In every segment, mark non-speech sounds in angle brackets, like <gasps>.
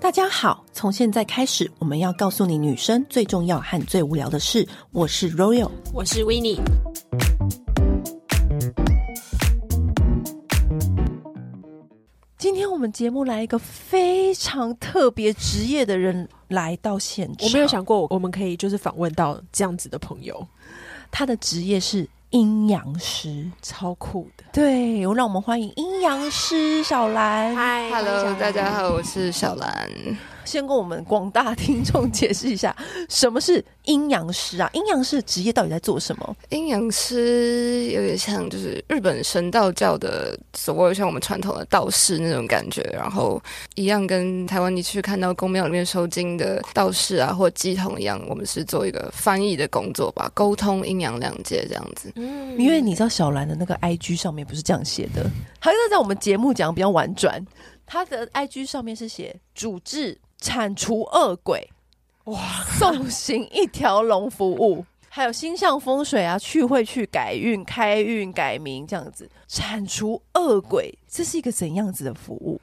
大家好，从现在开始，我们要告诉你女生最重要和最无聊的事。我是 Royal，我是 w i n n i e 今天我们节目来一个非常特别职业的人来到现场，我没有想过我们可以就是访问到这样子的朋友，他的职业是阴阳师。超酷的。对，让我们欢迎阴阳师小兰。嗨 Hello，大家。好，我是小兰。先跟我们广大听众解释一下，什么是阴阳师啊？阴阳师的职业到底在做什么？阴阳师有点像就是日本神道教的所谓像我们传统的道士啊那种感觉，然后一样跟台湾你去看到宫庙里面收经的道士啊或鸡童一样，我们是做一个翻译的工作吧，沟通阴阳两界这样子。嗯因为你知道小兰的那个 IG 上面不是这样写的，还是在我们节目讲比较婉转，她的 IG 上面是写主治铲除恶鬼，哇，送行一条龙服务。还有星象风水啊，去会去改运、开运、改名这样子，铲除恶鬼，这是一个怎样子的服务？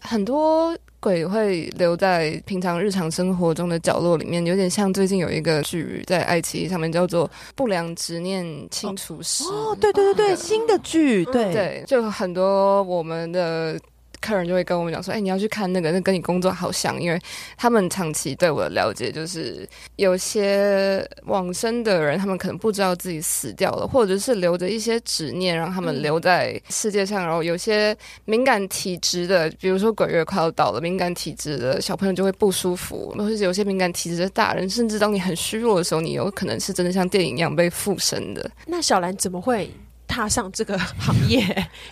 很多鬼会留在平常日常生活中的角落里面，有点像最近有一个剧在爱奇艺上面叫做《不良执念清除师》哦，对对对对，嗯新的剧，对，对，就很多我们的客人就会跟我们讲说，哎、你要去看那个，那跟你工作好像，因为他们长期对我的了解就是，有些往生的人，他们可能不知道自己死掉了，或者是留着一些执念，让他们留在世界上。然后有些敏感体质的，比如说鬼月快要到了，敏感体质的小朋友就会不舒服，或者是有些敏感体质的大人，甚至当你很虚弱的时候，你有可能是真的像电影一样被附身的。那小兰怎么会踏上这个行 <laughs> 业？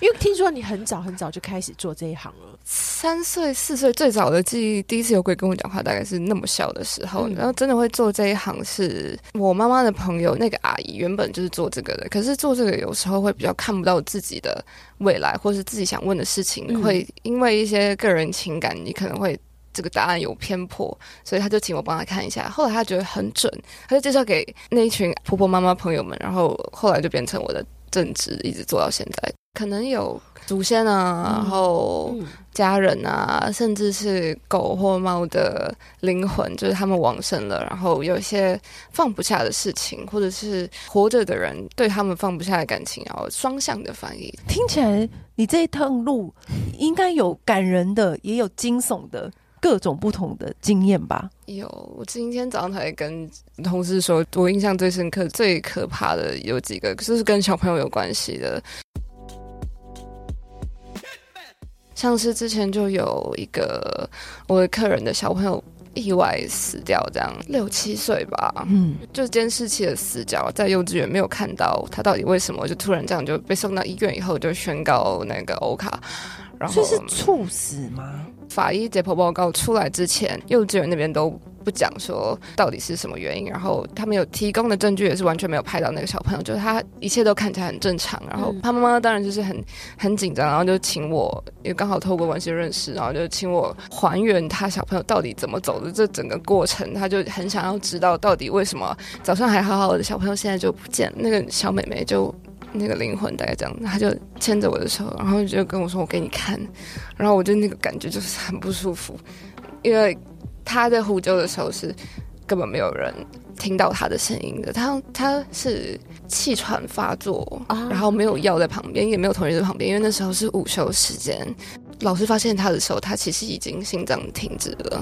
因为听说你很早很早就开始做这一行了。三岁、四岁最早的记忆，第一次有鬼跟我讲话，大概是那么小的时候。嗯然后真的会做这一行是我妈妈的朋友，那个阿姨原本就是做这个的，可是做这个有时候会比较看不到自己的未来，或是自己想问的事情，嗯会因为一些个人情感，你可能会。这个答案有偏颇，所以他就请我帮他看一下。后来他觉得很准，他就介绍给那一群婆婆妈妈朋友们，然后后来就变成我的正职，一直做到现在。可能有祖先啊，嗯然后嗯，家人啊，甚至是狗或猫的灵魂，就是他们往生了，然后有一些放不下的事情，或者是活着的人对他们放不下的感情，然后双向的翻译。听起来你这一趟路应该有感人的，也有惊悚的，各种不同的经验吧？有，我今天早上才跟同事说，我印象最深刻、最可怕的有几个，就是跟小朋友有关系的。像是之前就有一个我的客人的小朋友意外死掉，这样六七岁吧，嗯，就是监视器的死角，在幼稚园没有看到他到底为什么，就突然这样就被送到医院以后就宣告那个欧卡，然所后以是猝死吗？法医解剖报告出来之前，幼稚园那边都不讲说到底是什么原因，然后他们有提供的证据也是完全没有拍到那个小朋友，就是他一切都看起来很正常，然后嗯他妈妈当然就是很很紧张，然后就请我也刚好透过关系认识，然后就请我还原他小朋友到底怎么走的这整个过程，他就很想要知道到底为什么早上还好好的小朋友现在就不见了，那个小妹妹就。那个灵魂大概这样，他就牵着我的手，然后就跟我说：“我给你看。”然后我就那个感觉就是很不舒服，因为他在呼救的时候是根本没有人听到他的声音的，他他是气喘发作，啊然后没有药在旁边，也没有同学在旁边，因为那时候是午休时间。老师发现他的时候，他其实已经心脏停止了。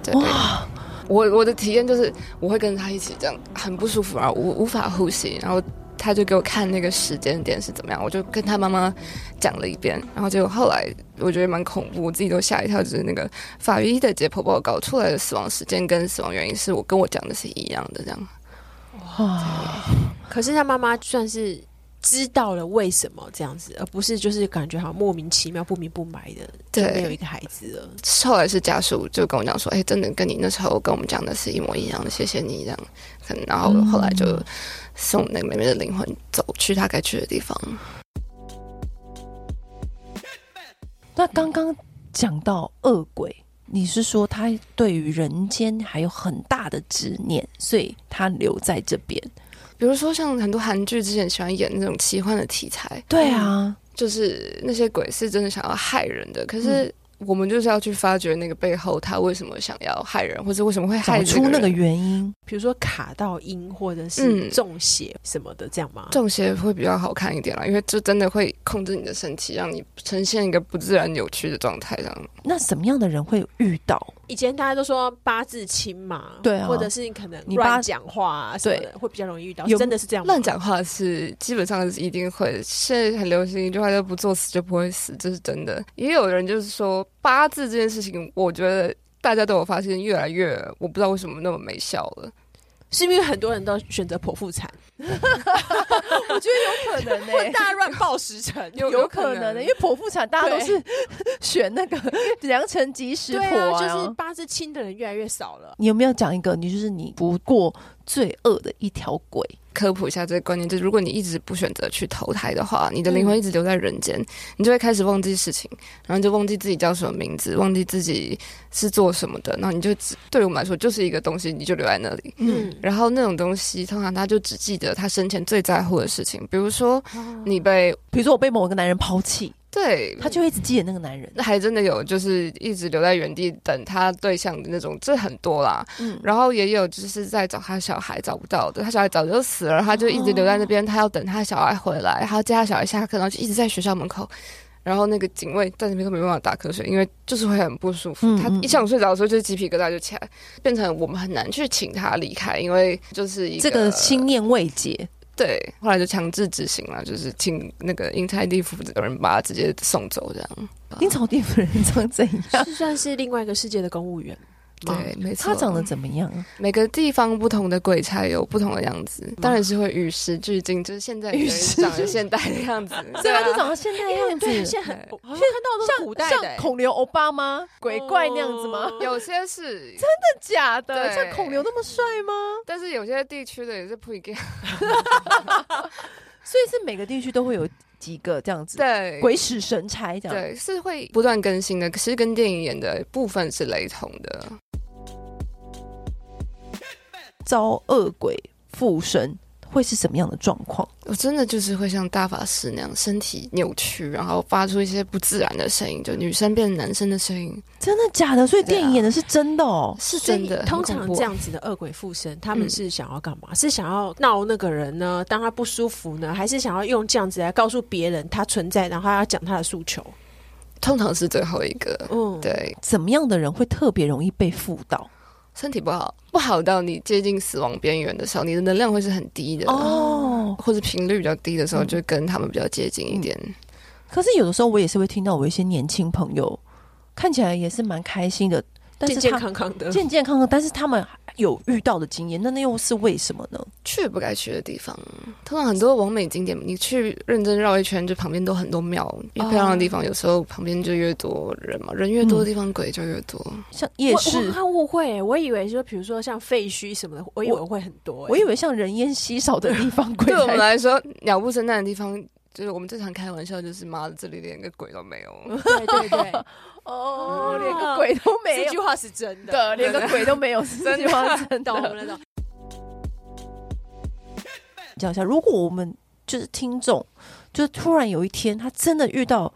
对，哇，我我的体验就是，我会跟着他一起这样，很不舒服，然后无无法呼吸，然后他就给我看那个时间点是怎么样，我就跟他妈妈讲了一遍，然后结果后来我觉得蛮恐怖，我自己都吓一跳，就是那个法医的解剖报告出来的死亡时间跟死亡原因是我跟我讲的是一样的，这样可是他妈妈算是知道了为什么这样子，而不是就是感觉好像莫名其妙、不明不白的就没有一对。个孩子了。后来是家属就跟我讲说，哎、真的跟你那时候跟我们讲的是一模一样的，谢谢你这样，可能然后后来就嗯送那个妹妹的灵魂走去她该去的地方。那刚刚讲到恶鬼，你是说他对于人间还有很大的执念，所以他留在这边。比如说像很多韩剧之前喜欢演那种奇幻的题材，对啊，就是那些鬼是真的想要害人的，可嗯是我们就是要去发掘那个背后他为什么想要害人，或者为什么会害找这出那个人原因。比如说卡到音或者嗯是中邪什么的，这样吗？中邪会比较好看一点啦，因为这真的会控制你的身体，让你呈现一个不自然扭曲的状态，这样那什么样的人会遇到？以前大家都说八字轻嘛，对啊或者是你可能你八乱讲话啊什么的，会比较容易遇到。有真的是这样吗？乱讲话是基本上是一定会。现在很流行一句话叫“不作死就不会死”，这是真的。也有人就是说八字这件事情，我觉得大家都有发现，越来越我不知道为什么那么没效了。是因为很多人都选择剖腹产，我觉得有可能呢、欸大家乱报时辰，有哎 <laughs> 有可能的、欸因为剖腹产大家都对是 <laughs> 选那个良辰吉时对剖啊，就是八字轻的人越来越少了。你有没有讲一个？你就是你不过最恶的一条鬼，科普一下这个观念，就是如果你一直不选择去投胎的话，你的灵魂一直留在人间，你就会开始忘记事情，然后就忘记自己叫什么名字，忘记自己是做什么的，然后你就只对于我们来说就是一个东西，你就留在那里。嗯，然后那种东西，通常他就只记得他生前最在乎的事情，比如说你被比如说我被某一个男人抛弃，对他就会一直记得那个男人。还真的有，就是一直留在原地等他对象的那种，这很多啦。嗯然后也有就是在找他小孩找不到的，他小孩早就死了，他就一直留在哦那边，他要等他小孩回来，他接他小孩下课，然后就一直在学校门口。然后那个警卫在那边根本没办法打瞌睡，因为就是会很不舒服。嗯他嗯一想睡着的时候，就鸡皮疙瘩就起来，变成我们很难去请他离开，因为就是一这个心念未解，对，后来就强制执行了，就是请那个阴差地府的人把他直接送走，这样。阴曹地府人长怎样？ <laughs> 是算是另外一个世界的公务员吗。对，没错。他长得怎么样啊？每个地方不同的鬼差有不同的样子，当然是会与时俱进，就是现在与人时长俱得现代的样子，对啊，就啊。长得现在的因为样子，哎对，现在很对我好像看到的都是古代像的、孔刘欧巴吗？鬼怪那样子吗？哦有些是，真的假的？对像孔刘那么帅吗？但是有些地区的也是不一样。所以是每个地区都会有几个这样子，对，鬼使神差这样。对是会不断更新的，可是跟电影演的部分是雷同的。招恶鬼附身会是什么样的状况？我真的就是会像大法师那样，身体扭曲，然后发出一些不自然的声音，就女生变成男生的声音，真的假的？所以对啊电影演的是真的哦。是所真以的。通很常恐怖这样子的恶鬼附身，他们嗯是想要干嘛？是想要闹那个人呢？当他不舒服呢？还是想要用这样子来告诉别人他存在，然后他要讲他的诉求？通常是最后一个，嗯，。对，怎么样的人会特别容易被附到？身体不好，不好到你接近死亡边缘的时候，你的能量会是很低的，哦，嗯或者频率比较低的时候，就跟他们比较接近一点。可是有的时候我也是会听到我一些年轻朋友看起来也是蛮开心的，但是健他健康康的，健健康康，但是他们有遇到的经验，那那又是为什么呢？去不该去的地方，通常很多完美景点，你去认真绕一圈，就旁边都很多庙，越漂亮的地哦方，有时候旁边就越多人嘛，人越多的地方，鬼就越多。像夜我我市，怕误会，欸我以为说，比如说像废墟什么的，我以为会很多、欸我以为像人烟稀少的地方鬼对我们才来说，鸟不生蛋的地方。就是我们最常开玩笑，就是妈的，这里连个鬼都没有。 <laughs> 对对对，哦啊连个鬼都没这句有话是真的。的，连个鬼都没有， <laughs> 这句话是真懂的。了懂。讲一下，如果我们就是听众，就是突然有一天他真的遇到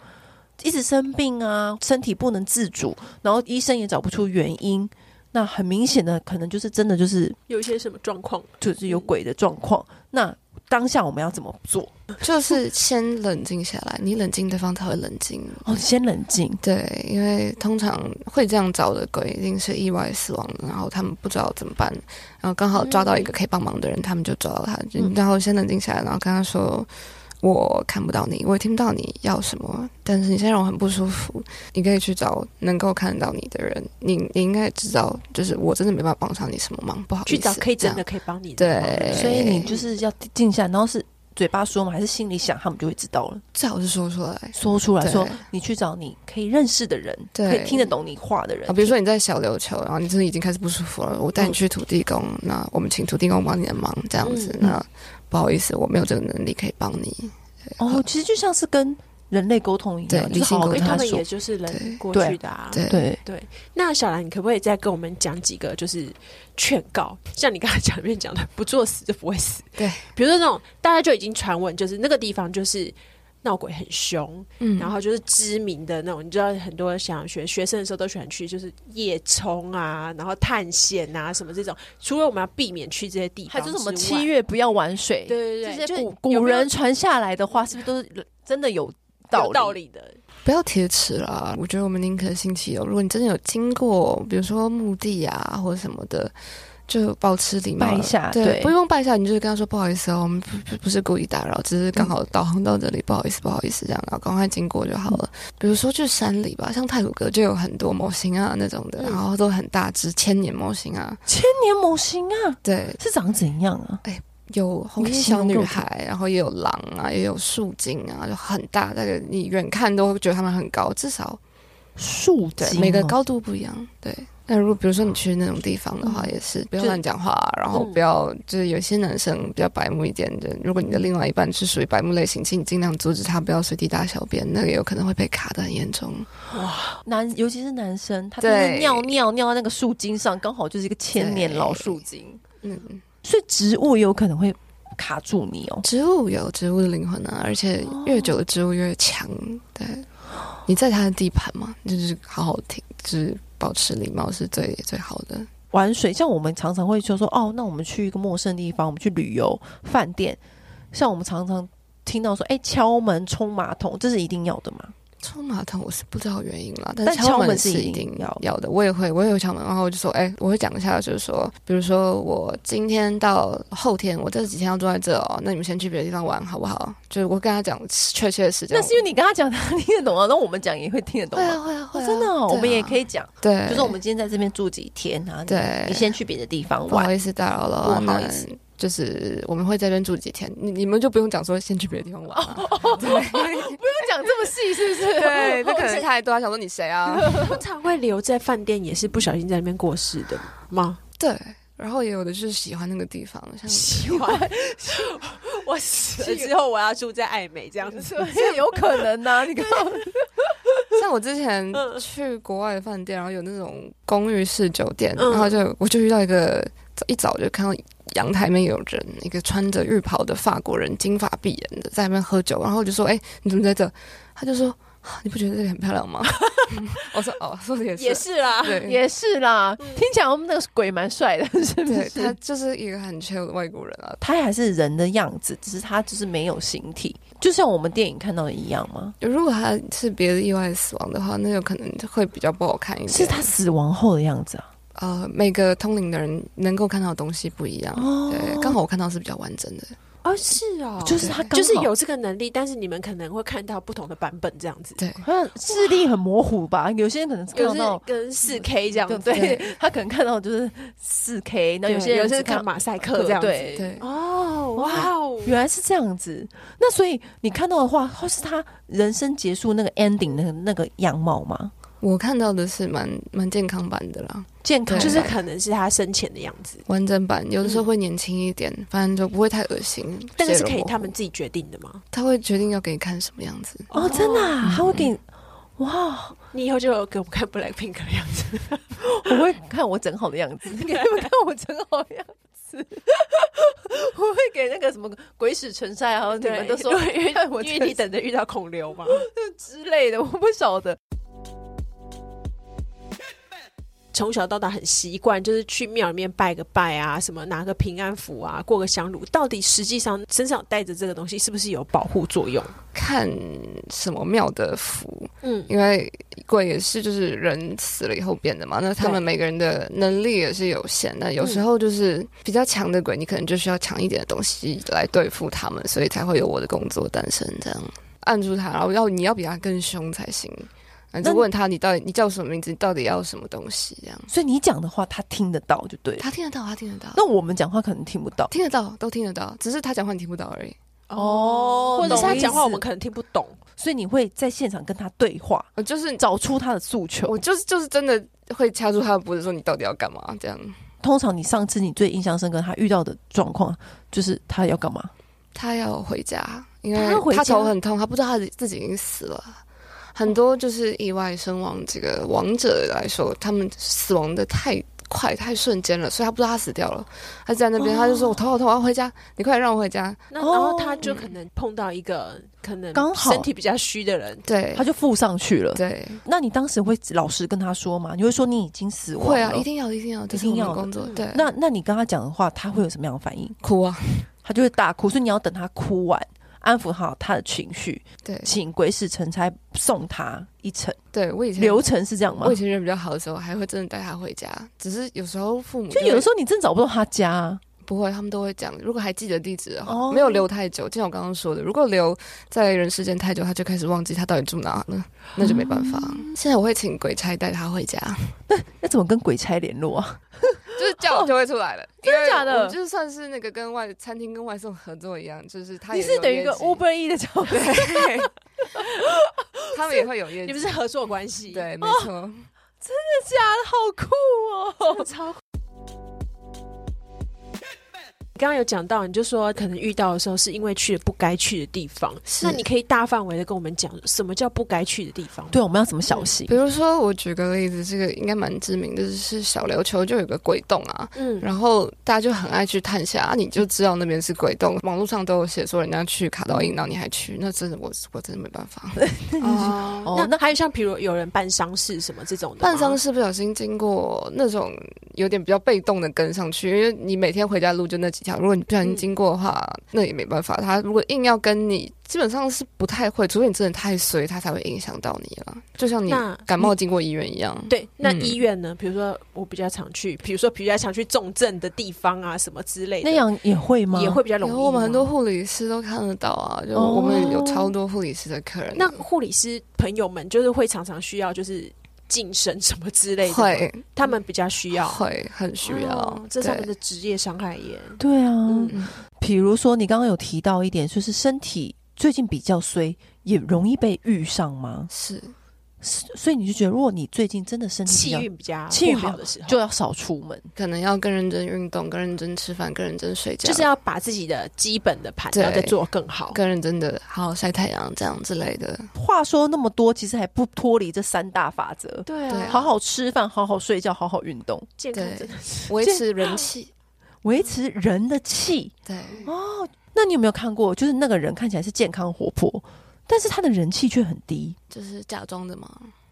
一直生病啊，身体不能自主，然后医生也找不出原因，那很明显的可能就是真的就是有一些什么状况？就是有鬼的状况。那当下我们要怎么做？就是先冷静下来，你冷静，对方才会冷静。哦，先冷静。对，因为通常会这样找的鬼一定是意外死亡的，然后他们不知道怎么办，然后刚好抓到一个嗯可以帮忙的人，他们就抓到他，就嗯然后先冷静下来，然后跟他说。我看不到你，我也听不到你要什么，但是你现在让我很不舒服。你可以去找能够看得到你的人，你你应该知道，就是我真的没办法帮上你什么忙，不好意思。去找可以真这的样可以帮你的忙的对人，，所以你就是要静下，然后是嘴巴说嘛，还是心里想，他们就会知道了。最好是说出来。说出来对说，你去找你可以认识的人，对可以听得懂你话的人啊，。比如说你在小琉球，然后你真的已经开始不舒服了，我带你去土地公，那我们请土地公帮你的忙，这样子。嗯那不好意思，我没有这个能力可以帮你。哦，其实就像是跟人类沟通一对样，就理是性好好沟跟因为他他们说也。就是人对过对去的啊。对对，那小兰，你可不可以再跟我们讲几个就是劝告？像你刚才讲里面讲的，不作死就不会死。对，比如说那种大家就已经传闻，就是那个地方就是闹鬼很凶，嗯然后就是知名的那种，你知道很多想学学生的时候都喜欢去，就是夜冲啊，然后探险啊什么这种。除了我们要避免去这些地方，还有就是什么之外七，月不要玩水，对对这对，些古有古没有人传下来的话，是不是都是真的有道有理？道理的，不要铁齿啦，我觉得我们宁可信其有。如果你真的有经过，比如说墓地啊或者什么的，就保持礼貌，拜一下对，对不用拜一下，你就是跟他说不好意思哦，我们不不不是故意打扰，只是刚好导航到这里，不好意思，不好意思，这样，然后赶快经过就好了。嗯比如说去山里吧，像泰鲁阁就有很多模型啊那种的，嗯然后都很大只，千年模型啊，千年模型啊，对，是长怎样啊？有红衣小女孩，然后也有狼啊，也有树精啊，就很大，那个你远看都会觉得它们很高，至少树对精每个哦高度不一样。对，那如果比如说你去那种地方的话，嗯也是不要就乱讲话啊，然后嗯不要就是有些男生比较白目一点的，如果你的另外一半是属于白目类型，请你尽量阻止他不要随地大小便，那个有可能会被卡得很严重。男，尤其是男生，他就是对尿尿尿到那个树茎上，刚好就是一个千年老树茎，嗯，所以植物也有可能会卡住你哦。植物有植物的灵魂啊，而且越久的植物越强。对，你在它的地盘嘛，就是好好听，就是保持礼貌是最最好的。玩水，像我们常常会就说，哦，那我们去一个陌生地方，我们去旅游，饭店，像我们常常听到说，哎，敲门冲马桶，这是一定要的吗？冲马桶我是不知道原因啦，但但敲敲门是是一一定定要要的。我也会，我也会敲门，然后我就说，哎、我会讲一下，就是说，比如说我今天到后天，我这几天要住在这哦，那你们先去别的地方玩好不好？就是我跟他讲确切的时间。那是因为你跟他讲，他 <laughs> 听得懂啊，那我们讲也会听得懂会啊啊。会啊会哦啊，真的、哦，对啊我们也可以讲，对，就是我们今天在这边住几天啊，对你先去别的地方不玩好，意思打扰了不啊，好那意思就是我们会在这边住几天，你你们就不用讲说先去别的地方 <laughs> 玩、啊，不用讲这么细，是不是？对， <laughs> 这可能太多，他想说你 <laughs> 谁啊？通常会留在饭店也是不小心在那边过世的吗？对，然后也有的就是喜欢那个地方，像喜欢， <laughs> 我死了之后我要住在爱美这 <laughs> 样子。 <laughs> 这有可能呐、你看， <laughs> 像我之前嗯去国外的饭店，然后有那种公寓式酒店，嗯然后就我就遇到一个一早就看到。阳台面有人，一个穿着浴袍的法国人，金发碧眼的，在那边喝酒。然后我就说：“哎、你怎么在这？”他就说：“啊你不觉得这里很漂亮吗？” <laughs> 我说：“哦，说的也是，也是啦，对，也是啦，听起来我们那个鬼蛮帅的，是不对是？他就是一个很 chill 的外国人啊。他还是人的样子，只是他就是没有形体，就像我们电影看到的一样吗？如果他是别的意外死亡的话，那有可能会比较不好看一点。是他死亡后的样子啊！呃，每个通灵的人能够看到的东西不一样。哦对，刚好我看到是比较完整的。哦，是哦，就是他刚好就是有这个能力，但是你们可能会看到不同的版本这样子，对，好像视力很模糊吧，有些人可能有看是到。跟四 K 这样子，对对他可能看到就是四 K，那对有些人有些只是看看马赛克这样子。对对，哦，哇哦，原来是这样子。那所以你看到的话，或是他人生结束那个 ending 那个那个样貌吗？我看到的是蛮蛮健康版的啦，健康对就是可能是他生前的样子，完整版有的时候会年轻一点，反正就不会太恶心。嗯但是是血肉可以模糊他们自己决定的吗？他会决定要给你看什么样子。哦，真的、嗯啊，他会给你哇，你以后就给我们看 Blackpink 的样子，我会看我整好的样子，你会看我整好的样子， <laughs> 我会给那个什么鬼使唇晒啊，然后你们都说对因为看我因这为你等着遇到孔刘嘛。之类的，我不晓得。从小到大很习惯，就是去庙里面拜个拜啊，什么拿个平安符啊，过个香炉。到底实际上身上带着这个东西，是不是有保护作用？看什么庙的符，嗯，因为鬼也是就是人死了以后变的嘛，那他对们每个人的能力也是有限，那有时候就是比较强的鬼，你可能就需要强一点的东西来对付他们，所以才会有我的工作诞生这样。按住他，然后要你要比他更凶才行。啊那就问他你到底你叫什么名字，你到底要什么东西这样。所以你讲的话，他听得到就对了。他听得到，他听得到，那我们讲话可能听不到听得到都听得到，只是他讲话你听不到而已。哦或者是他懂意讲话思我们可能听不懂，所以你会在现场跟他对话，我就是找出他的诉求我。就是就是真的会掐住他的脖子说你到底要干嘛这样。通常你上次你最印象深刻他遇到的状况，就是他要干嘛？他要回家，因他要回为家他头很痛，他不知道他自己已经死了。很多就是意外身亡，这个亡者来说，他们死亡的太快、太瞬间了，所以他不知道他死掉了。他在那哦边，他就说：“我头好痛，我要回家，你快点让我回家。那然后哦他就可能碰到一个可能刚好身体比较虚的人，”对他，就附上去了。对，那你当时会老实跟他说吗？你会说你已经死亡了？会啊，一定要，一定要，这是我一定要们的工作。对，那那你跟他讲的话，他会有什么样的反应？哭啊，他就会大哭，所以你要等他哭完，安抚好他的情绪，对，请鬼使神差送他一程。对我以前流程是这样吗我以？前人比较好的时候，还会真的带他回家。只是有时候父母就有的会时候你真找不到他家、啊，不会，他们都会讲。如果还记得地址的话，哦没有留太久，就像我刚刚说的，如果留在人世间太久，他就开始忘记他到底住哪了，那就没办法。嗯现在我会请鬼差带他 <laughs> 回家，那怎么跟鬼差联络啊？就是叫就会出来了。 <laughs> 真的假的因为我们就算是那个跟外餐厅跟外送合作一样，就是他你也是有等于一个业绩 Uber E 的角色， <laughs> 对，他们也会有业你绩们。是合作关系，，对，哦没错。好酷哦！超酷。你刚刚有讲到，你就说可能遇到的时候是因为去了不该去的地方，是那你可以大范围的跟我们讲什么叫不该去的地方吗？对，我们要怎么小心？比如说，我举个例子，这个应该蛮知名的，就是小琉球就有个鬼洞啊，嗯，然后大家就很爱去探险啊，你就知道那边是鬼洞，网络上都有写说人家去卡到阴，然后你还去，那真的我我真的没办法。 <laughs> 哦哦那那还有像比如有人办丧事什么这种的吗，办丧事不小心经过那种有点比较被动的跟上去，因为你每天回家路就那几条，如果你不小心经过的话，那也没办法。他如果硬要跟你，基本上是不太会，除非你真的太衰，他才会影响到你了。就像你那感冒经过医院一样，对，那嗯医院呢？比如说我比较常去，比如说比较常去重症的地方啊，什么之类的，那样也会吗？也会比较容易然吗。后我们很多护理师都看得到啊，就哦我们有超多护理师的客人。那护理师朋友们，就是会常常需要就是晋升什么之类的，会，他们比较需要，会很需要，哦这是他们的对职业伤害耶。对啊。嗯嗯比如说你刚刚有提到一点，就是身体最近比较衰，也容易被遇上吗？是所以你就觉得，如果你最近真的身体比气较，运比较气运不比较好的时候，就要少出门。可能要更认真运动，更认真吃饭，更认真睡觉，就是要把自己的基本的盘对要再做更好。更认真的好好晒太阳这样之类的。话说那么多，其实还不脱离这三大法则：对对啊好好吃饭，好好睡觉，好好运动，健康对真的是维持人气。维持人的气。对，那你有没有看过，就是那个人看起来是健康活泼，但是他的人气却很低，就是假装的嘛，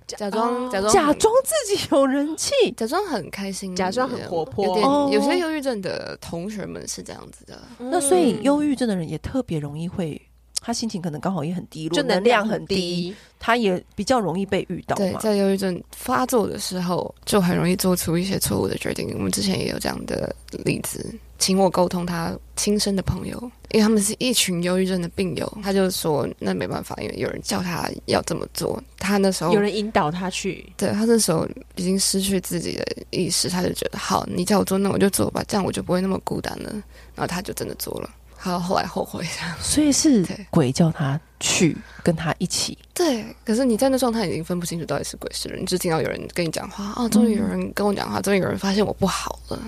假假装、哦假装假很装自己有人气，假装很开心，假装很活泼有点、哦有些忧郁症的同学们是这样子的，那所以嗯忧郁症的人也特别容易会，他心情可能刚好也很低落，就能量量很低，低，他也比较容易被遇到对，嘛。在忧郁症发作的时候，就很容易做出一些错误的决定。我们之前也有这样的例子，请我沟通他亲生的朋友，因为他们是一群忧郁症的病友，他就说那没办法，因为有人叫他要这么做，他那时候有人引导他去，对他那时候已经失去自己的意识，他就觉得好，你叫我做，那我就做吧，这样我就不会那么孤单了。然后他就真的做了，好，后来后悔。所以是对鬼叫他去跟他一起，对，可是你在那状态已经分不清楚到底是鬼是人，你只听到有人跟你讲话，哦，终于有人跟我讲话，终于有人发现我不好了，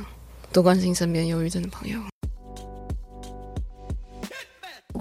多关心身边忧郁症的朋友。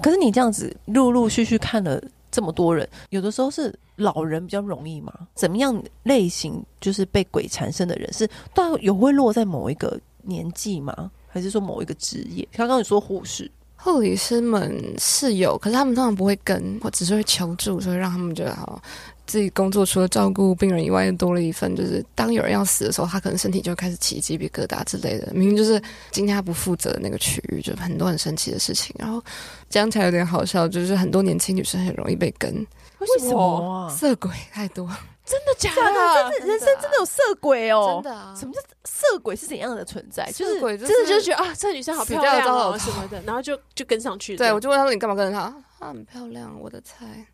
可是你这样子陆陆续续看了这么多人，有的时候是老人比较容易嘛？怎么样类型就是被鬼缠身的人是，到有会落在某一个年纪吗？还是说某一个职业？刚刚你说护士，护理师们是有，可是他们通常不会跟，我只是会求助，所以让他们觉得好，自己工作除了照顾病人以外，又多了一份，就是当有人要死的时候，他可能身体就会开始起鸡皮疙瘩之类的。明明就是今天他不负责的那个区域，就很多很神奇的事情。然后讲起来有点好笑，就是很多年轻女生很容易被跟为为什么？啊？色鬼太多，真的假真的？的，人生真的有色鬼哦！真的啊什么叫色鬼是怎样的存在？就是 <laughs> 色鬼就是真的就觉得啊，这女生好漂死亮掉糟哦老什头么的，然后就就跟上去。对，我就问他们你干嘛跟着他？她很漂亮，我的菜。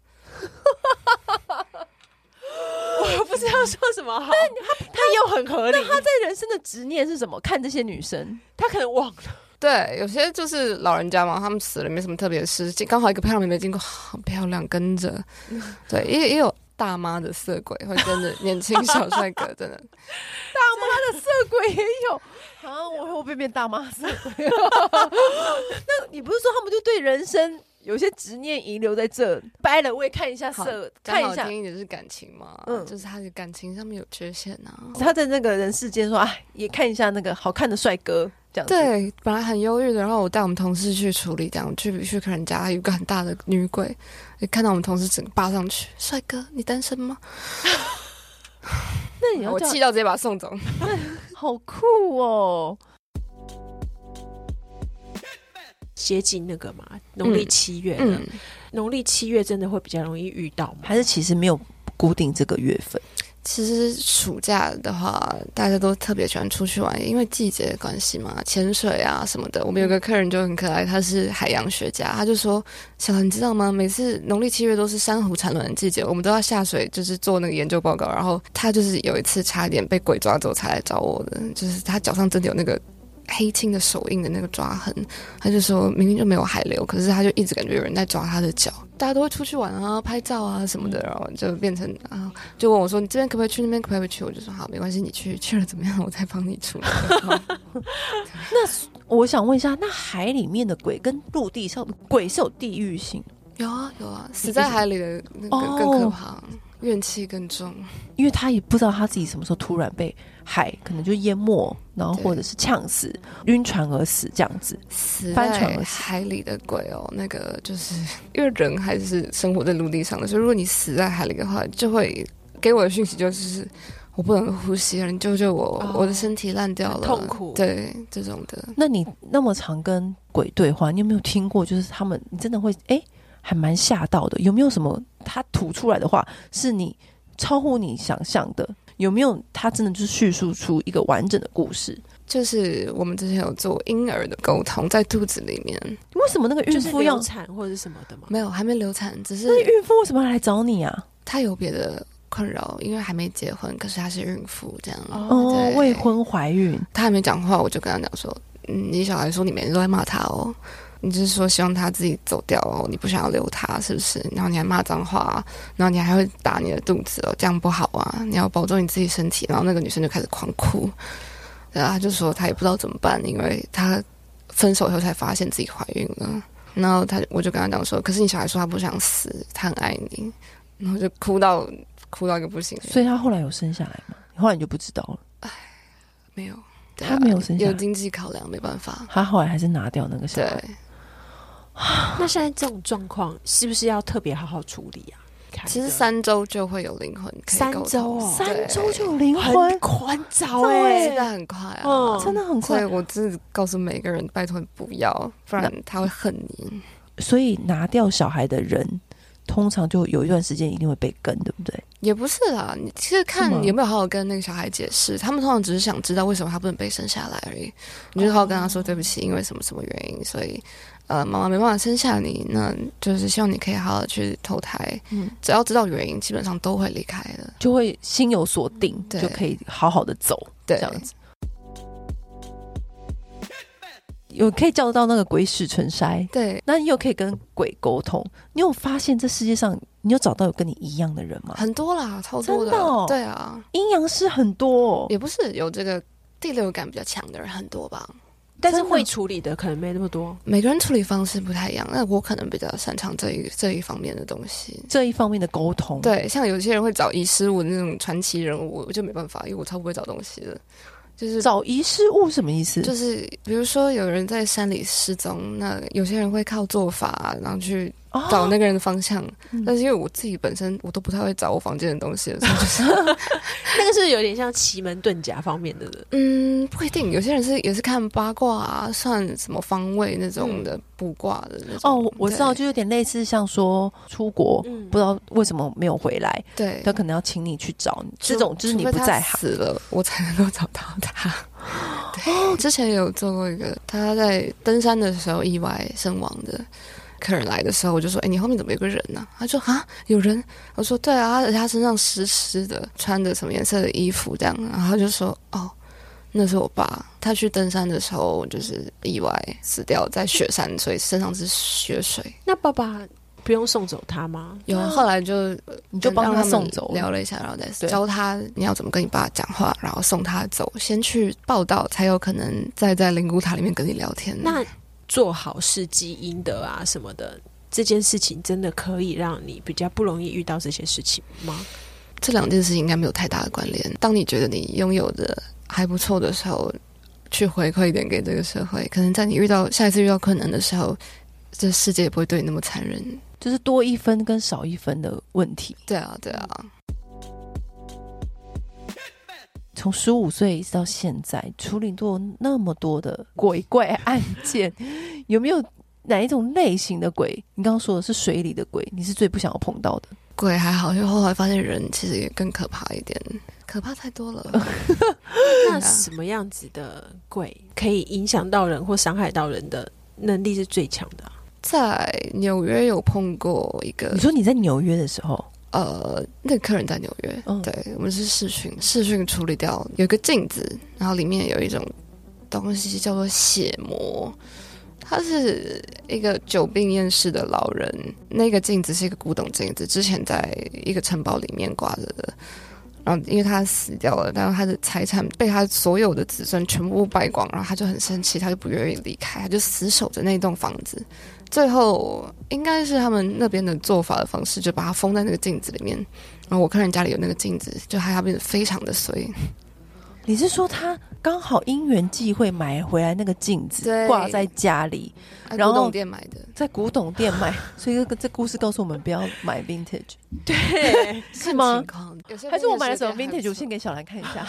我不知道说什么好，他又很合理，他在人生的执念是什么？看这些女生，他可能忘了，对，有些就是老人家嘛，他们 <laughs> 死了没什么特别的事，刚好一个漂亮妹妹经过，好漂亮，跟着。对，也也有大妈的色鬼会跟着年轻小帅 <laughs> 哥，真的色鬼也有 <laughs> 啊！我我被变大妈色鬼。 <laughs> 那你不是说他们就对人生有些执念遗留在这？掰了，我也看一下好色，看讲一好下。听一点是感情嘛，嗯就是他的感情上面有缺陷啊。他在那个人世间说：“哎，也看一下那个好看的帅哥。”这样子，对，本来很忧郁的，然后我带我们同事去处理，这样我去去看人家有一个很大的女鬼，也看到我们同事整个扒上去，帅哥，你单身吗？那你要我叫气到直接把他送走。好酷哦！接近那个嘛，农历七月了，嗯，农历七月真的会比较容易遇到吗？还是其实没有固定这个月份，其实暑假的话，大家都特别喜欢出去玩，因为季节的关系嘛，潜水啊什么的。我们有个客人就很可爱，他是海洋学家，他就说：“小兰，你知道吗？每次农历七月都是珊瑚产卵的季节，我们都要下水，就是做那个研究报告。然后他就是有一次差点被鬼抓走，才来找我的，就是他脚上真的有那个。”黑青的手印的那个抓痕，他就说明明就没有海流，可是他就一直感觉有人在抓他的脚。大家都会出去玩啊、拍照啊什么的，然后就变成啊，就问我说：“你这边可不可以去？那边可不可以去？”我就说：“好，没关系，你去去了怎么样？我再帮你处 <laughs> 理。好我想问一下，那海里面的鬼跟陆地上的鬼是有地域性的，”有啊有啊，死在海里的那个更可怕，怨气更重。因为他也不知道他自己什么时候突然被海可能就淹没，然后对或者是呛死、晕船而死这样子。死翻船在而死海里的鬼哦，那个就是因为人还是生活在陆地上的，所以如果你死在海里的话，就会给我的讯息就是我不能呼吸了，你救救我，哦我的身体烂掉很了，痛苦对这种的，那你那么常跟鬼对话，你有没有听过？就是他们，你真的会哎、还蛮吓到的。有没有什么他吐出来的话是你超乎你想象的？有没有他真的就是叙述出一个完整的故事？就是我们之前有做婴儿的沟通，在肚子里面为什么那个就孕是妇要流？产或者是什么 <laughs> 的吗？没有还没流产，只是那孕妇为什么要来找你啊？她有别的困扰，因为还没结婚，可是她是孕妇这样。哦对，未婚怀孕，她还没讲话，我就跟她讲说：“嗯，你小孩说你每天都在骂她哦，你就是说希望她自己走掉哦，你不想要留她是不是？然后你还骂脏话、啊，然后你还会打你的肚子哦，这样不好啊！你要保重你自己身体。”然后那个女生就开始狂哭，然后她就说她也不知道怎么办，因为她分手以后才发现自己怀孕了。然后她我就跟她讲说：“可是你小孩说他不想死，他很爱你。”然后就哭到哭到一个不行，所以她后来有生下来吗？后来你就不知道了。没有，对她啊没有生下有来，经济考量，没办法。她后来还是拿掉那个小对，孩。那现在这种状况是不是要特别好好处理啊？凯其实的三周就会有灵魂可以三沟通周哦对三周就有灵很魂，宽早对哎、真的很快啊，嗯真的很所快以。我真的告诉每个人，拜托你不要，不然他会恨你。所以拿掉小孩的人，通常就有一段时间一定会被跟，对不对？也不是啦，你其实看是吗有没有好好跟那个小孩解释，他们通常只是想知道为什么他不能被生下来而已。你就好好跟他哦说对不起，因为什么什么原因，所以呃，妈妈没办法生下你，那就是希望你可以好好去投胎。嗯只要知道原因，基本上都会离开的。就会心有所定，嗯对就可以好好的走对，这样子。有可以叫得到那个鬼使成筛，对，那你又可以跟鬼沟通。你有发现这世界上，你有找到有跟你一样的人吗？很多啦，超多真的哦对啊，阴阳师很多、哦，也不是有这个第六感比较强的人很多吧。但是真的会处理的可能没那么多。每个人处理方式不太一样，那我可能比较擅长这一这一方面的东西。这一方面的沟通。，对，像有些人会找遗失物的那种传奇人物，我就没办法，因为我超不会找东西的。就是找遗失物什么意思？就是，比如说有人在山里失踪，那有些人会靠做法，然后去哦找那个人的方向。嗯但是因为我自己本身我都不太会找我房间的东西，所以就是 <laughs> 那个是有点像奇门遁甲方面的人，嗯，不一定，有些人是也是看八卦啊，算什么方位那种的卜卦的那种。嗯哦，我知道，对就有点类似像说出国，嗯，不知道为什么没有回来，对，他可能要请你去找你，除这种就是你除不非他在行。死了，我才能够找到他。对， <gasps> 之前有做过一个，他在登山的时候意外身亡的。客人来的时候，我就说：“哎、你后面怎么有个人呢、他说：“啊，有人。”我说：“对啊，而且他身上湿湿的，穿着什么颜色的衣服这样。”然后他就说：“哦，那是我爸，他去登山的时候就是意外死掉在雪山，所以身上是雪水。那爸爸不用送走他吗？有啊，后来就你就帮跟他他送走们聊了一下，然后再对教他你要怎么跟你爸讲话，然后送他走，先去报道，才有可能再在灵骨塔里面跟你聊天。那做好事积阴德啊什么的，这件事情真的可以让你比较不容易遇到这些事情吗？这两件事情应该没有太大的关联。当你觉得你拥有的还不错的时候，去回馈一点给这个社会，可能在你遇到下一次遇到困难的时候，这世界也不会对你那么残忍。就是多一分跟少一分的问题。对啊，对啊，从十五岁一直到现在，处理过那么多的鬼 <laughs> 怪案件，有没有哪一种类型的鬼？你刚刚说的是水里的鬼，你是最不想要碰到的。鬼还好，因为后来发现人其实也更可怕一点，可怕太多了。那什么样子的鬼可以影响到人或伤害到人的能力是最强的啊、在纽约有碰过一个你说你在纽约的时候，呃，那个客人在纽约，嗯对我们是视讯，视讯处理掉有一个镜子，然后里面有一种东西叫做血膜，它是一个久病厌世的老人，那个镜子是一个古董镜子，之前在一个城堡里面挂着的。然后，因为他死掉了，但是他的财产被他所有的子孙全部败光，然后他就很生气，他就不愿意离开，他就死守着那栋房子。最后应该是他们那边的做法的方式，就把它封在那个镜子里面。然后我看人家里有那个镜子，就害他变得非常的衰。你是说他刚好因缘际会买回来那个镜子对挂在家里，啊然后古董店买的在古董店买，所以这个这故事告诉我们不要买 vintage，是看吗情？况？有些还是我买了什么店还不 vintage？错我先给小兰看一下。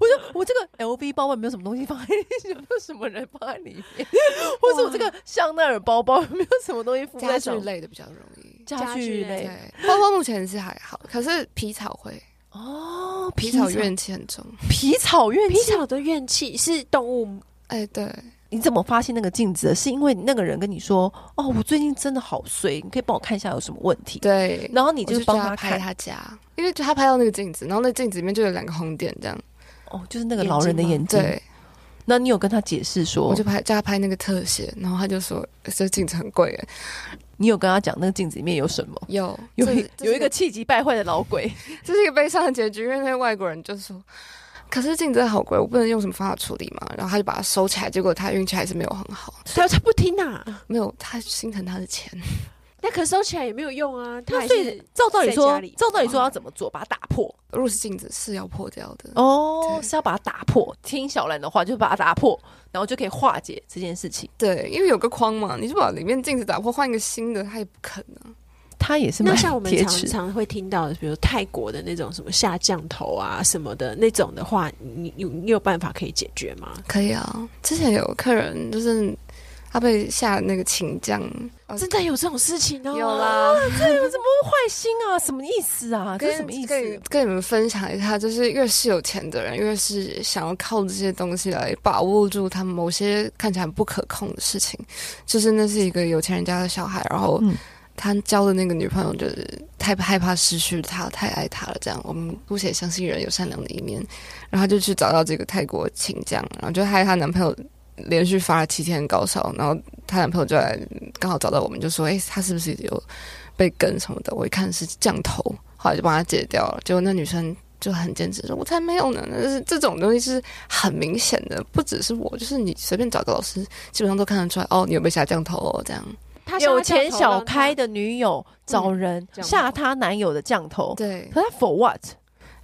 我就我这个 LV 包外没有什么东西放在，有没有什么人放在里面？或者我这个香奈儿包包有没有什么东西附家在具上面？类的比较容易。家具类对，包包目前是还好，可是皮草会，哦，皮草怨气很重。皮草院皮草的怨气是动物，哎，对，你怎么发现那个镜子的？是因为那个人跟你说，哦，我最近真的好衰，你可以帮我看一下有什么问题。对，然后你我就就帮叫他拍看，他家，因为就他拍到那个镜子，然后那镜子里面就有两个红点这样。哦，就是那个老人的眼睛眼睛。对，那你有跟他解释说我，就拍叫他拍那个特写，然后他就说这镜子很贵，哎你有跟他讲那个镜子里面有什么？有有这一这是有一个气急败坏的老 <laughs> 鬼，这是一个悲伤的结局，因为那个外国人就说：“可是镜子好贵，我不能用什么方法处理嘛。”然后他就把它收起来，结果他运气还是没有很好，他他不听啊，没有他心疼他的钱。 <laughs> <laughs> 那可收起来也没有用啊，他那还所以是照道理在说家里，照道理说要怎么做？把它打破如果是镜子是要破掉的，哦，嗯对是要把它打破。听小兰的话，就把它打破，然后就可以化解这件事情。对，因为有个框嘛，你就把里面镜子打破，换一个新的，他也不肯啊。他也是那蛮像我们铁常齿，常会听到的，比如泰国的那种什么下降头啊什么的那种的话，你你你有办法可以解决吗？可以啊，之前有客人就是他被下那个琴酱，哦真的有这种事情哦，有啦， <laughs> 坏心啊，什么意思啊？这是什么意跟你思？跟你们分享一下，就是越是有钱的人，越是想要靠这些东西来把握住他们某些看起来不可控的事情。就是那是一个有钱人家的小孩，然后嗯他交的那个女朋友就是太害怕失去他，太爱他了。这样，我们姑且相信人有善良的一面，然后他就去找到这个泰国情将，然后就害她男朋友。连续发了七天高烧，然后她男朋友就来刚好找到我们，就说：“哎、她是不是有被跟什么的，我一看是降头，后来就帮他解掉了。结果那女生就很坚持说：“我才没有呢！”但是这种东西是很明显的，不只是我，就是你随便找个老师，基本上都看得出来哦，你有被下降头哦，这样。他有钱小开的，的女友嗯找人降头下她男友的降头，对，可他 for what？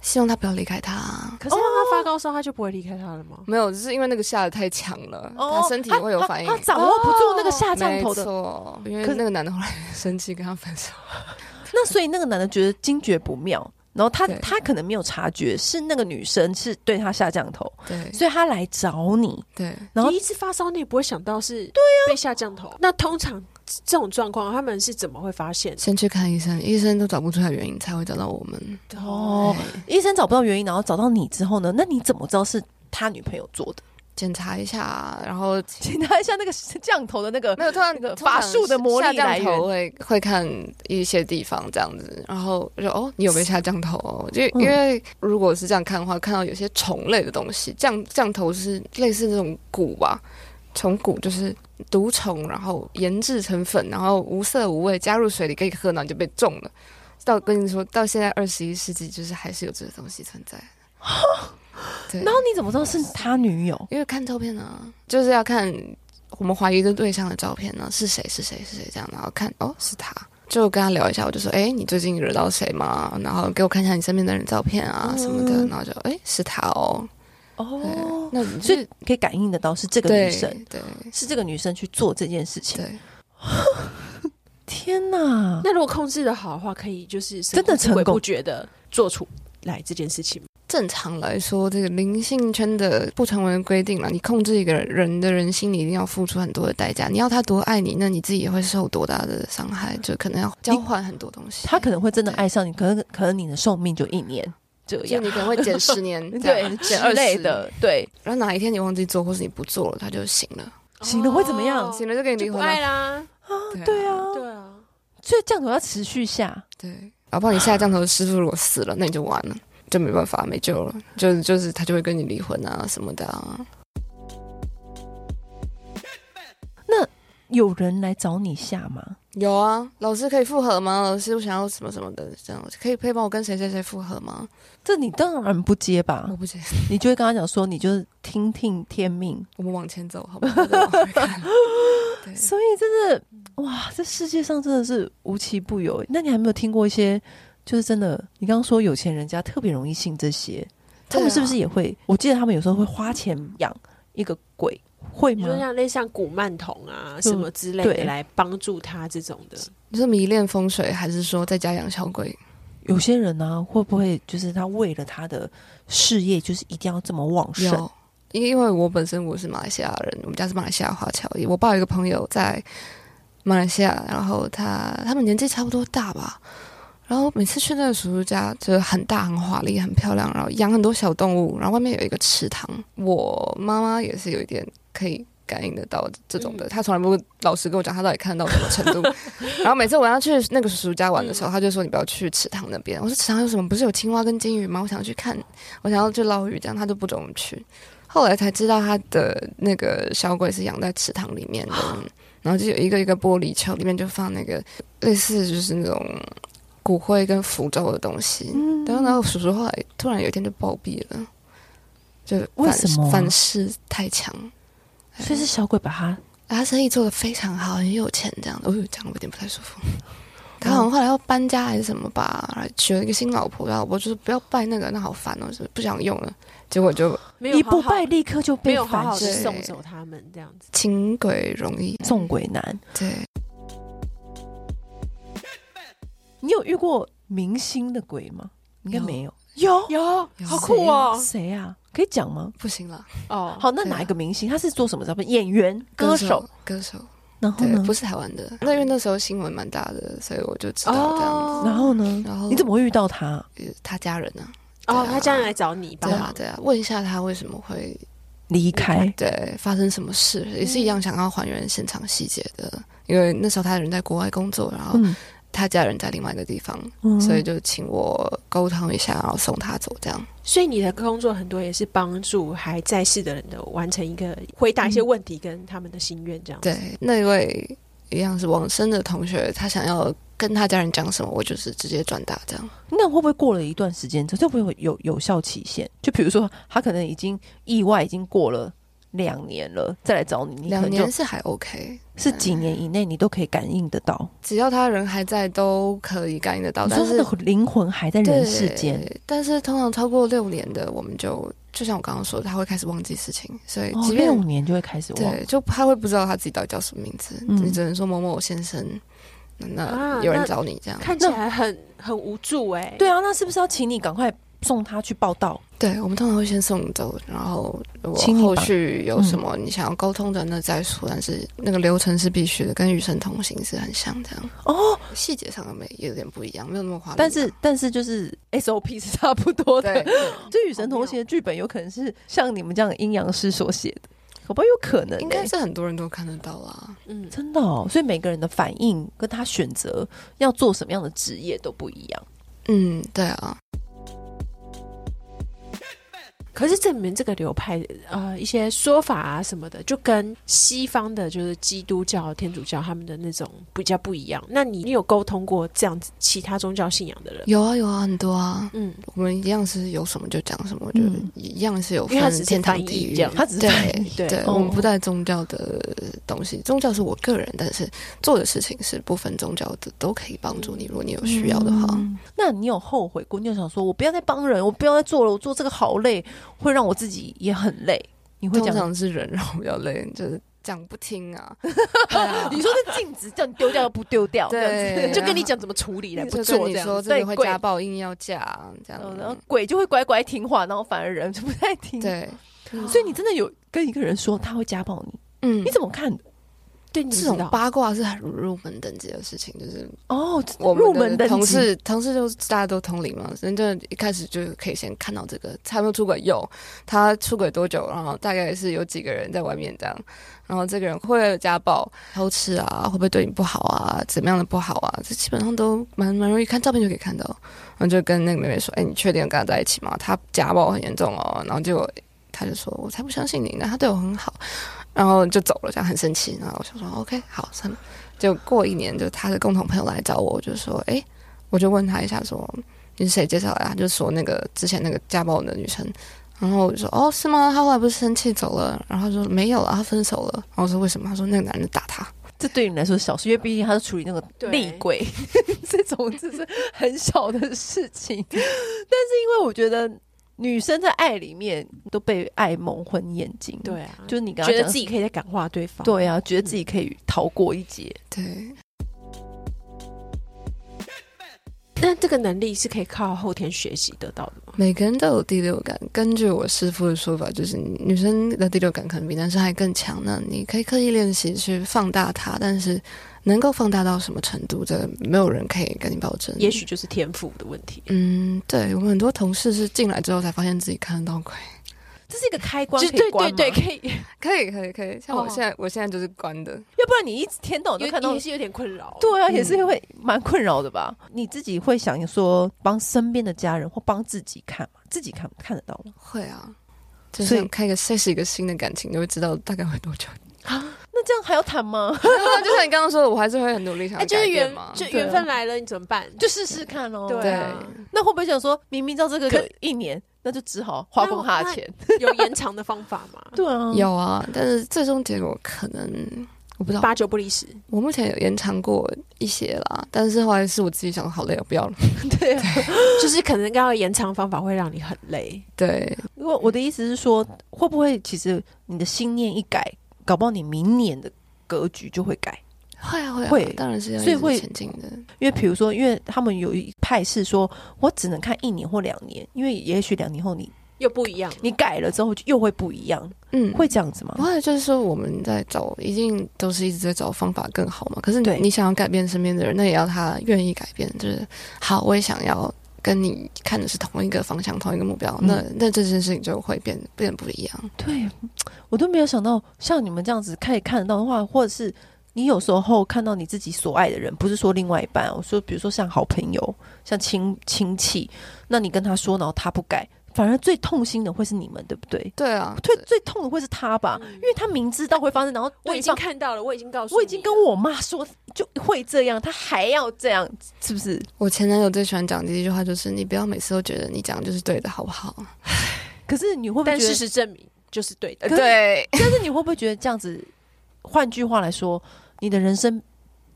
希望他不要离开他。可是让哦他发高烧，他就不会离开他了吗？没有，只是因为那个下的太强了，他身体哦会有反应。哦他掌握不住那个下降没头的。错，因为可那个男的后来生气跟他分手。那所以那个男的觉得惊觉不妙，然后他对他可能没有察觉是那个女生是对他下降头，对所以他来找你，对，然后啊第一次发烧，你也不会想到是对呀被下降头。那通常这种状况，他们是怎么会发现的？先去看医生，医生都找不出来原因，才会找到我们。哦对医生找不到原因，然后找到你之后呢，那你怎么知道是他女朋友做 <laughs> 的？检查一下，然后请他一下那个降头的那个没有，通那常个通常法术的魔力下降来源头会会看一些地方这样子，然后我就哦，你有没有下降头哦？就嗯因为如果是这样看的话，看到有些虫类的东西，降降头是类似那种蛊吧，啊从谷就是毒虫，然后研制成粉，然后无色无味，加入水里可以喝，然后你就被中了。到跟你说，到现在二十一世纪，就是还是有这个东西存 <laughs> 在。对，然后你怎么知道是他女友？因为看照片呢，就是要看我们怀疑的对象的照片呢，是谁是谁是谁这样，然后看哦是他，就跟他聊一下，我就说哎、你最近惹到谁吗？然后给我看一下你身边的人照片啊什么的，嗯然后就哎、是他哦，哦，那你所是以可以感应得到是这个对女生，对是这个女生去做这件事情。对，天哪！那如果控制的好的话，可以就是神真的不知鬼成功不觉的做出来这件事情吗。正常来说，这个灵性圈的不成文规定了，你控制一个人的人心，你一定要付出很多的代价。你要他多爱你，那你自己也会受多大的伤害，就可能要交换很多东西。他可能会真的爱上你，可能可能你的寿命就一年这就样，，你可能会减十年 <laughs> 这样对减之二类十，的，对。然后哪一天你忘记做，或是你不做了，他就醒了，行了会怎么样醒了就给你就离不啊婚爱了。啦。对啊，对啊，所以降头要持续下，对，搞不好你下降头的师傅如果死了，那你就完了，就没办法，没救了，就就是他就会跟你离婚啊什么的啊。有人来找你下吗？有啊，老师可以复合吗？老师，我想要什么什么的，这样可以可以帮我跟谁谁谁复合吗？这你当然不接吧嗯我，不接，你就会跟他讲说，你就是听听天命。我们往前走，好不 <laughs> 好？再往回看对 <laughs> 所以真的，哇，这世界上真的是无奇不有。那你还没有听过一些，就是真的，你刚刚说有钱人家特别容易信这些，啊他们是不是也会？我记得他们有时候会花钱养一个鬼，会你吗说？像类似像古曼童啊什么之类对的来帮助他这种的，你是迷恋风水，还是说在家养小鬼？有些人呢、会不会就是他为了他的事业，就是一定要这么旺盛？有，因因为我本身我是马来西亚人，我们家是马来西亚华侨。我爸有一个朋友在马来西亚，然后他他们年纪差不多大吧。然后每次去那个叔叔家，就是很大、很华丽、很漂亮，然后养很多小动物，然后外面有一个池塘。我妈妈也是有一点可以感应得到这种嗯的，她从来不会老实跟我讲她到底看到什么 <laughs> 程度。然后每次我要去那个叔叔家玩的时嗯候，她就说你不要去池塘那边。我说池塘有什么？不是有青蛙跟金鱼吗？我想要去看，我想要去捞鱼，这样她就不准我去。后来才知道他的那个小鬼是养在池塘里面的，啊然后就有一个一个玻璃球，里面就放那个类似就是那种骨灰跟符咒的东西。嗯然后然后叔叔后来突然有一天就暴毙了，就为反什么啊反噬太强？所以是小鬼把他他啊生意做得非常好，很有钱这样的。哦，讲的有点不太 <laughs> 舒服。他嗯好像后来要搬家还是什么吧，然后娶了一个新老婆，然后老婆就说不要拜那个，那好烦哦，就是不想用了。结果就没有一不好好拜，立刻就没被有好反好的对送走他们这样子。请鬼容易送鬼男。对。你有遇过明星的鬼吗？应该有没有。有有，好酷哦！谁啊？可以讲吗？不行了，哦，好，那对啊哪一个明星？他是做什么？咱们演员、歌歌手，，歌手，然后对，呢不？是台湾的。那因为那时候新闻蛮大的，所以我就知哦道这样子。然后呢？然后哦你怎么会遇到他？呃他家人呢？对哦啊，他家人来找你帮对啊忙，，对啊，问一下他为什么会离开对发生什么事，也是一嗯样想要还原现场细节的。因为那时候他人在国外工作，然后嗯，他家人在另外一个地方，嗯所以就请我沟通一下，然后送他走这样。所以你的工作很多也是帮助还在世的人的完成一个回答一些问题跟他们的心愿这样子。对，那一位一样是往生的同学，他想要跟他家人讲什么，我就是直接转达这样。那会不会过了一段时间之后，就会不会有有效期限？就比如说，他可能已经意外已经过了两年了，再来找你，你可两能就年是还 OK，是几年以内，你都可以感应得到，只要他人还在，都可以感应得到。你说但他是的灵魂还在人世间，对，但是通常超过六年的，我们就就像我刚刚说的，他会开始忘记事情，所以哦，即便、六年就会开始忘。对，就他会不知道他自己到底叫什么名字，嗯你只能说某某先生，那啊那有人那找你这样。看起来很很无助哎、对啊，那是不是要请你赶快送他去报道？对，我们通常会先送走，然后我请你后把续有什么嗯你想要沟通的那再说，但是那个流程是必须的，跟与神同行是很像这样。哦，细节上没有点不一样，没有那么夸张。但是但是就是 SOP 是差不多 <laughs> 对的。对这《与神同行》的剧本有可能是像你们这样的阴阳师所写的，可不好有可能、欸？应该是很多人都看得到啦。嗯，真的哦。所以每个人的反应跟他选择要做什么样的职嗯业都不一样。嗯，对啊。可是这里面这个流派呃一些说法啊什么的，就跟西方的就是基督教、天主教他们的那种比较不一样。那你你有沟通过这样子其他宗教信仰的人？有啊有啊，很多啊。嗯，我们一样是有什么就讲什么，我觉得嗯一样是有因为它只分是天堂翻译地狱这样， <laughs> 他只是对在对对，哦我们不带宗教的东西，宗教是我个人，但是做的事情是不分宗教的，都可以帮助你。如果你有需要的话，嗯那你有后悔过？你有想说我不要再帮人，我不要再做了，我做这个好累，会让我自己也很累。你会通讲？常是人让我比较累，就是讲不听啊，你说那镜子叫你丢掉又不丢掉，这样对子就跟你讲怎么处理来不就跟做你这样说子。真的对会贵家暴，硬要嫁啊这嗯然后样，鬼就会乖乖听话，然后反而人就不太听。，对，所以你真的有跟一个人说他会家暴你，嗯你，怎么看？对，你这知种道八卦是很入门等级的事情，就是哦，我入们门的的同事，同事就是大家都同龄嘛，人家一开始就可以先看到这个，他有没有出轨？有，他出轨多久？然后大概是有几个人在外面这样，然后这个人会不会有家暴、偷吃啊？会不会对你不好啊？怎么样的不好啊？这基本上都蛮蛮容易看照片就可以看到。然后就跟那个妹妹说：“哎，你确定要跟他在一起吗？他家暴很严重哦。”然后结果他就说：“我才不相信你呢，他对我很好。”然后就走了，这样很生气。然后我想说：“OK，好，算了。”就过一年，就他的共同朋友来找我，我就说：“哎，我就问他一下说嗯你是谁介绍的、啊？他就说那个之前那个家暴我的女生。然后我就说哦是吗？他后来不是生气走了？然后他说没有了，他分手了。然后我说为什么？他说那个男的打他。这对你来说是小事，因为毕竟他是处理那个对厉鬼 <laughs> 这种，就是很小的事情。但是因为我觉得女生在爱里面都被爱蒙昏眼睛，，对啊，就是你刚刚觉得讲自己可以在感化对方。对啊，觉得自己可以逃过一劫。对，那这个能力是可以靠后天学习得到的吗？每个人都有第六感。根据我师傅的说法，就是女生的第六感可能比男生还更强呢。你可以刻意练习去放大它，但是能够放大到什么程度，这没有人可以跟你保证。也许就是天赋的问题，嗯，对我们很多同事是进来之后才发现自己看得到鬼。这是一个开关就可以对关对吗对，可以，可以可以可以，像哦我现在、我现在就是关的。要不然你一天到晚都看有到也。是有点困扰。对啊，嗯也是会蛮困扰的吧？你自己会想说帮身边的家人或帮自己看吗？自己看看得到吗？会啊，就所以像开个开始一个新的感情，就会知道大概会多 <laughs> 久。那这样还要谈吗？ <laughs> 啊就像你刚刚说的，我还是会很努力想哎，要就是改变缘嘛。就对缘分来了，你怎么办？就试试看哦。对对啊那会不会想说，明明知道这个可有一年，那就只好花光他的钱？？有延长的方法吗对啊，有啊，但是最终结果可能我不知道。八九不离十，我目前有延长过一些啦，但是后来是我自己想，好累，我不要了。对啊。 <laughs> 就是可能刚刚延长方法会让你很累。对，如果我的意思是说，会不会其实你的心念一改，搞不好你明年的格局就会改？会啊会啊，会当然是要所以一会直前进的。因为比如说，因为他们有一派是说，我只能看一年或两年，因为也许两年后你又不一样，你改了之后就又会不一样，嗯，会这样子吗不？会，就是说我们在找，一定都是一直在找方法更好嘛。可是你对你想要改变身边的人，那也要他愿意改变。就是好，我也想要跟你看的是同一个方向、同一个目标，嗯那那这件事情就会变变不一样。对，我都没有想到，像你们这样子可以看得到的话，或者是你有时候看到你自己所爱的人，不是说另外一半哦，我说比如说像好朋友、像亲亲戚，那你跟他说，然后他不改，反而最痛心的会是你们，对不对？对啊，最最痛的会是他吧，因为他明知道会发生，然后嗯我对已经方。看到了，我已经告诉你了，我已经跟我妈说就会这样，他还要这样，是不是？我前男友最喜欢讲的一句话就是：“你不要每次都觉得你讲的就是对的，好不好可是你会不会但觉事得？实证明就是对？”的。可是呃对，但是你会不会觉得这样子？换句话来说，你的人生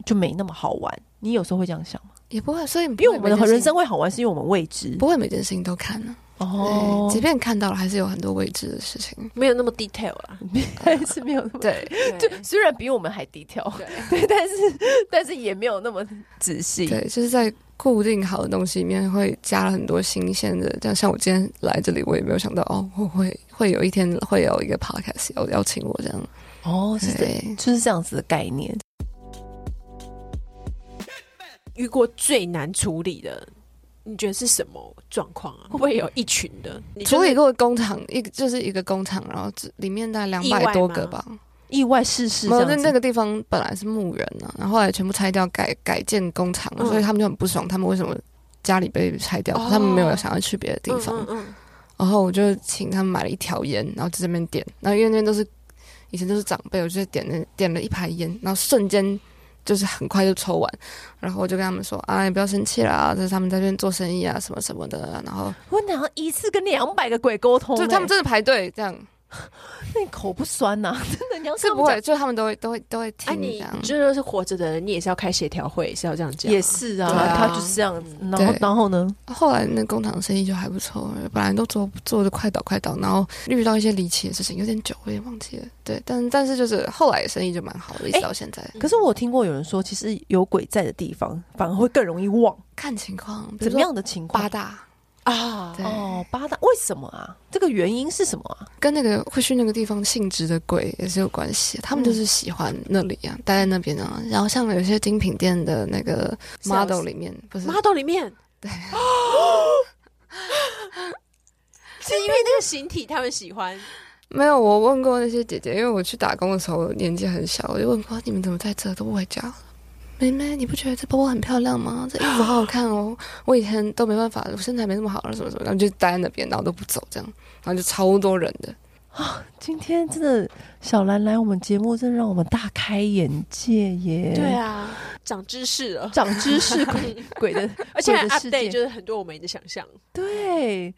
就没那么好玩。你有时候会这样想吗？也不会。所以不因为会我每们的件事人生情会好玩，是因为我们未知。不会每件事情都看啊。哦对，即便看到了，还是有很多未知的事情。没有那么 detail 啦。 <laughs> 还是没有那么。对，就虽然比我们还低调，对，但是但是也没有那么仔细。对，就是在固定好的东西里面会加了很多新鲜的，像像我今天来这里，我也没有想到哦，我会会有一天会有一个 podcast 邀邀请我这样。哦，是这，对，就是这样子的概念。遇过最难处理的，你觉得是什么状况啊？会不会有一群的？你就是处理过工厂一个就是一个工厂，然后只里面大概两意外百多吗个吧。意外世事没这有，样那子，那个地方本来是牧人啊，然后后来全部拆掉改改建工厂，嗯所以他们就很不爽，他们为什么家里被拆掉，哦他们没有想要去别的地方。嗯嗯嗯然后我就请他们买了一条烟，然后在那边点，然后因为那边都是以前都是长辈，我就点了点了一排烟，然后瞬间就是很快就抽完，然后我就跟他们说啊，你不要生气啦，这是他们在这边做生意啊，什么什么的，然后我哪要一次跟两百个鬼沟通、就欸？他们真的排队这样，那你口不酸呐、真的，你要是跟不他会，们就他们都会都会都会哎、听这你样。就是活着的人，你也是要开协调会，是要这样讲讲。也是啊，对啊他就是这样子。然后对然后呢？后来那工厂生意就还不错，本来都做做的快倒快倒，然后遇到一些离奇的事情，有点久我也忘记了。对，但但是就是后来生意就蛮好的，一直到现在。可是我听过有人说，其实有鬼在的地方反而会更容易忘。看情况，比如怎么说样的情况八？大，哎啊对，哦，八大为什么啊？这个原因是什么啊？跟那个会去那个地方性质的鬼也是有关系。他们嗯就是喜欢那里啊，待在那边啊。然后像有些精品店的那个啊 model 里面，不是 model <laughs> 里面对， <laughs> 是因为那个形体他们喜欢，没有，我问过那些姐姐，因为我去打工的时候年纪很小，我就问过你们怎么在这都不回家。妹妹，你不觉得这包包很漂亮吗？这衣服好好看 <laughs> 哦！我以前都没办法，我身材没那么好，什么什么，然后就待在那边，然后都不走，这样，<laughs> 然后就超多人的。今天真的小兰来我们节目，真的让我们大开眼界耶！对，啊，长知识了，长知识鬼鬼的，而且鬼还的世 update 界就是很多我们的想象。 <laughs> 对。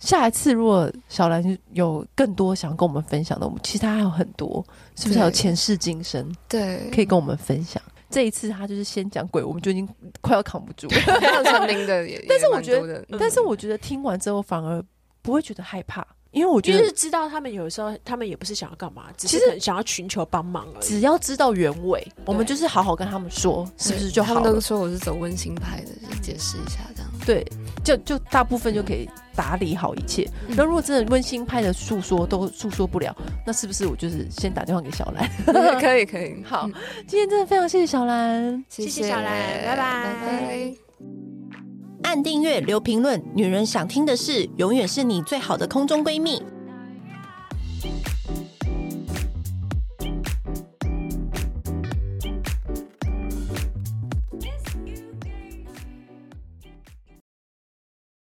下一次如果小兰有更多想跟我们分享的，我们其实她还有很多，是不是还有对前世今生对，可以跟我们分享？这一次她就是先讲鬼，我们就已经快要扛不住了。还有成名的也， <laughs> 但是也我蛮觉得多的嗯但是我觉得听完之后反而不会觉得害怕，因为我就觉是得知道他们有时候，他们也不是想要干嘛，只其是实可能想要寻求帮忙而已。只要知道原委，我们就是好好跟他们说，是不是就好他们都了？说我是走温馨派的，就解释一下这样。 <laughs> 对，就就大部分就可以打理好一切。嗯那、如果真的温馨派的诉说都诉说不了，那是不是我就是先打电话给小兰？可以可以，好嗯，今天真的非常谢谢小兰。谢谢谢小兰拜拜拜拜按订阅、留评论，女人想听的事，永远是你最好的空中闺蜜。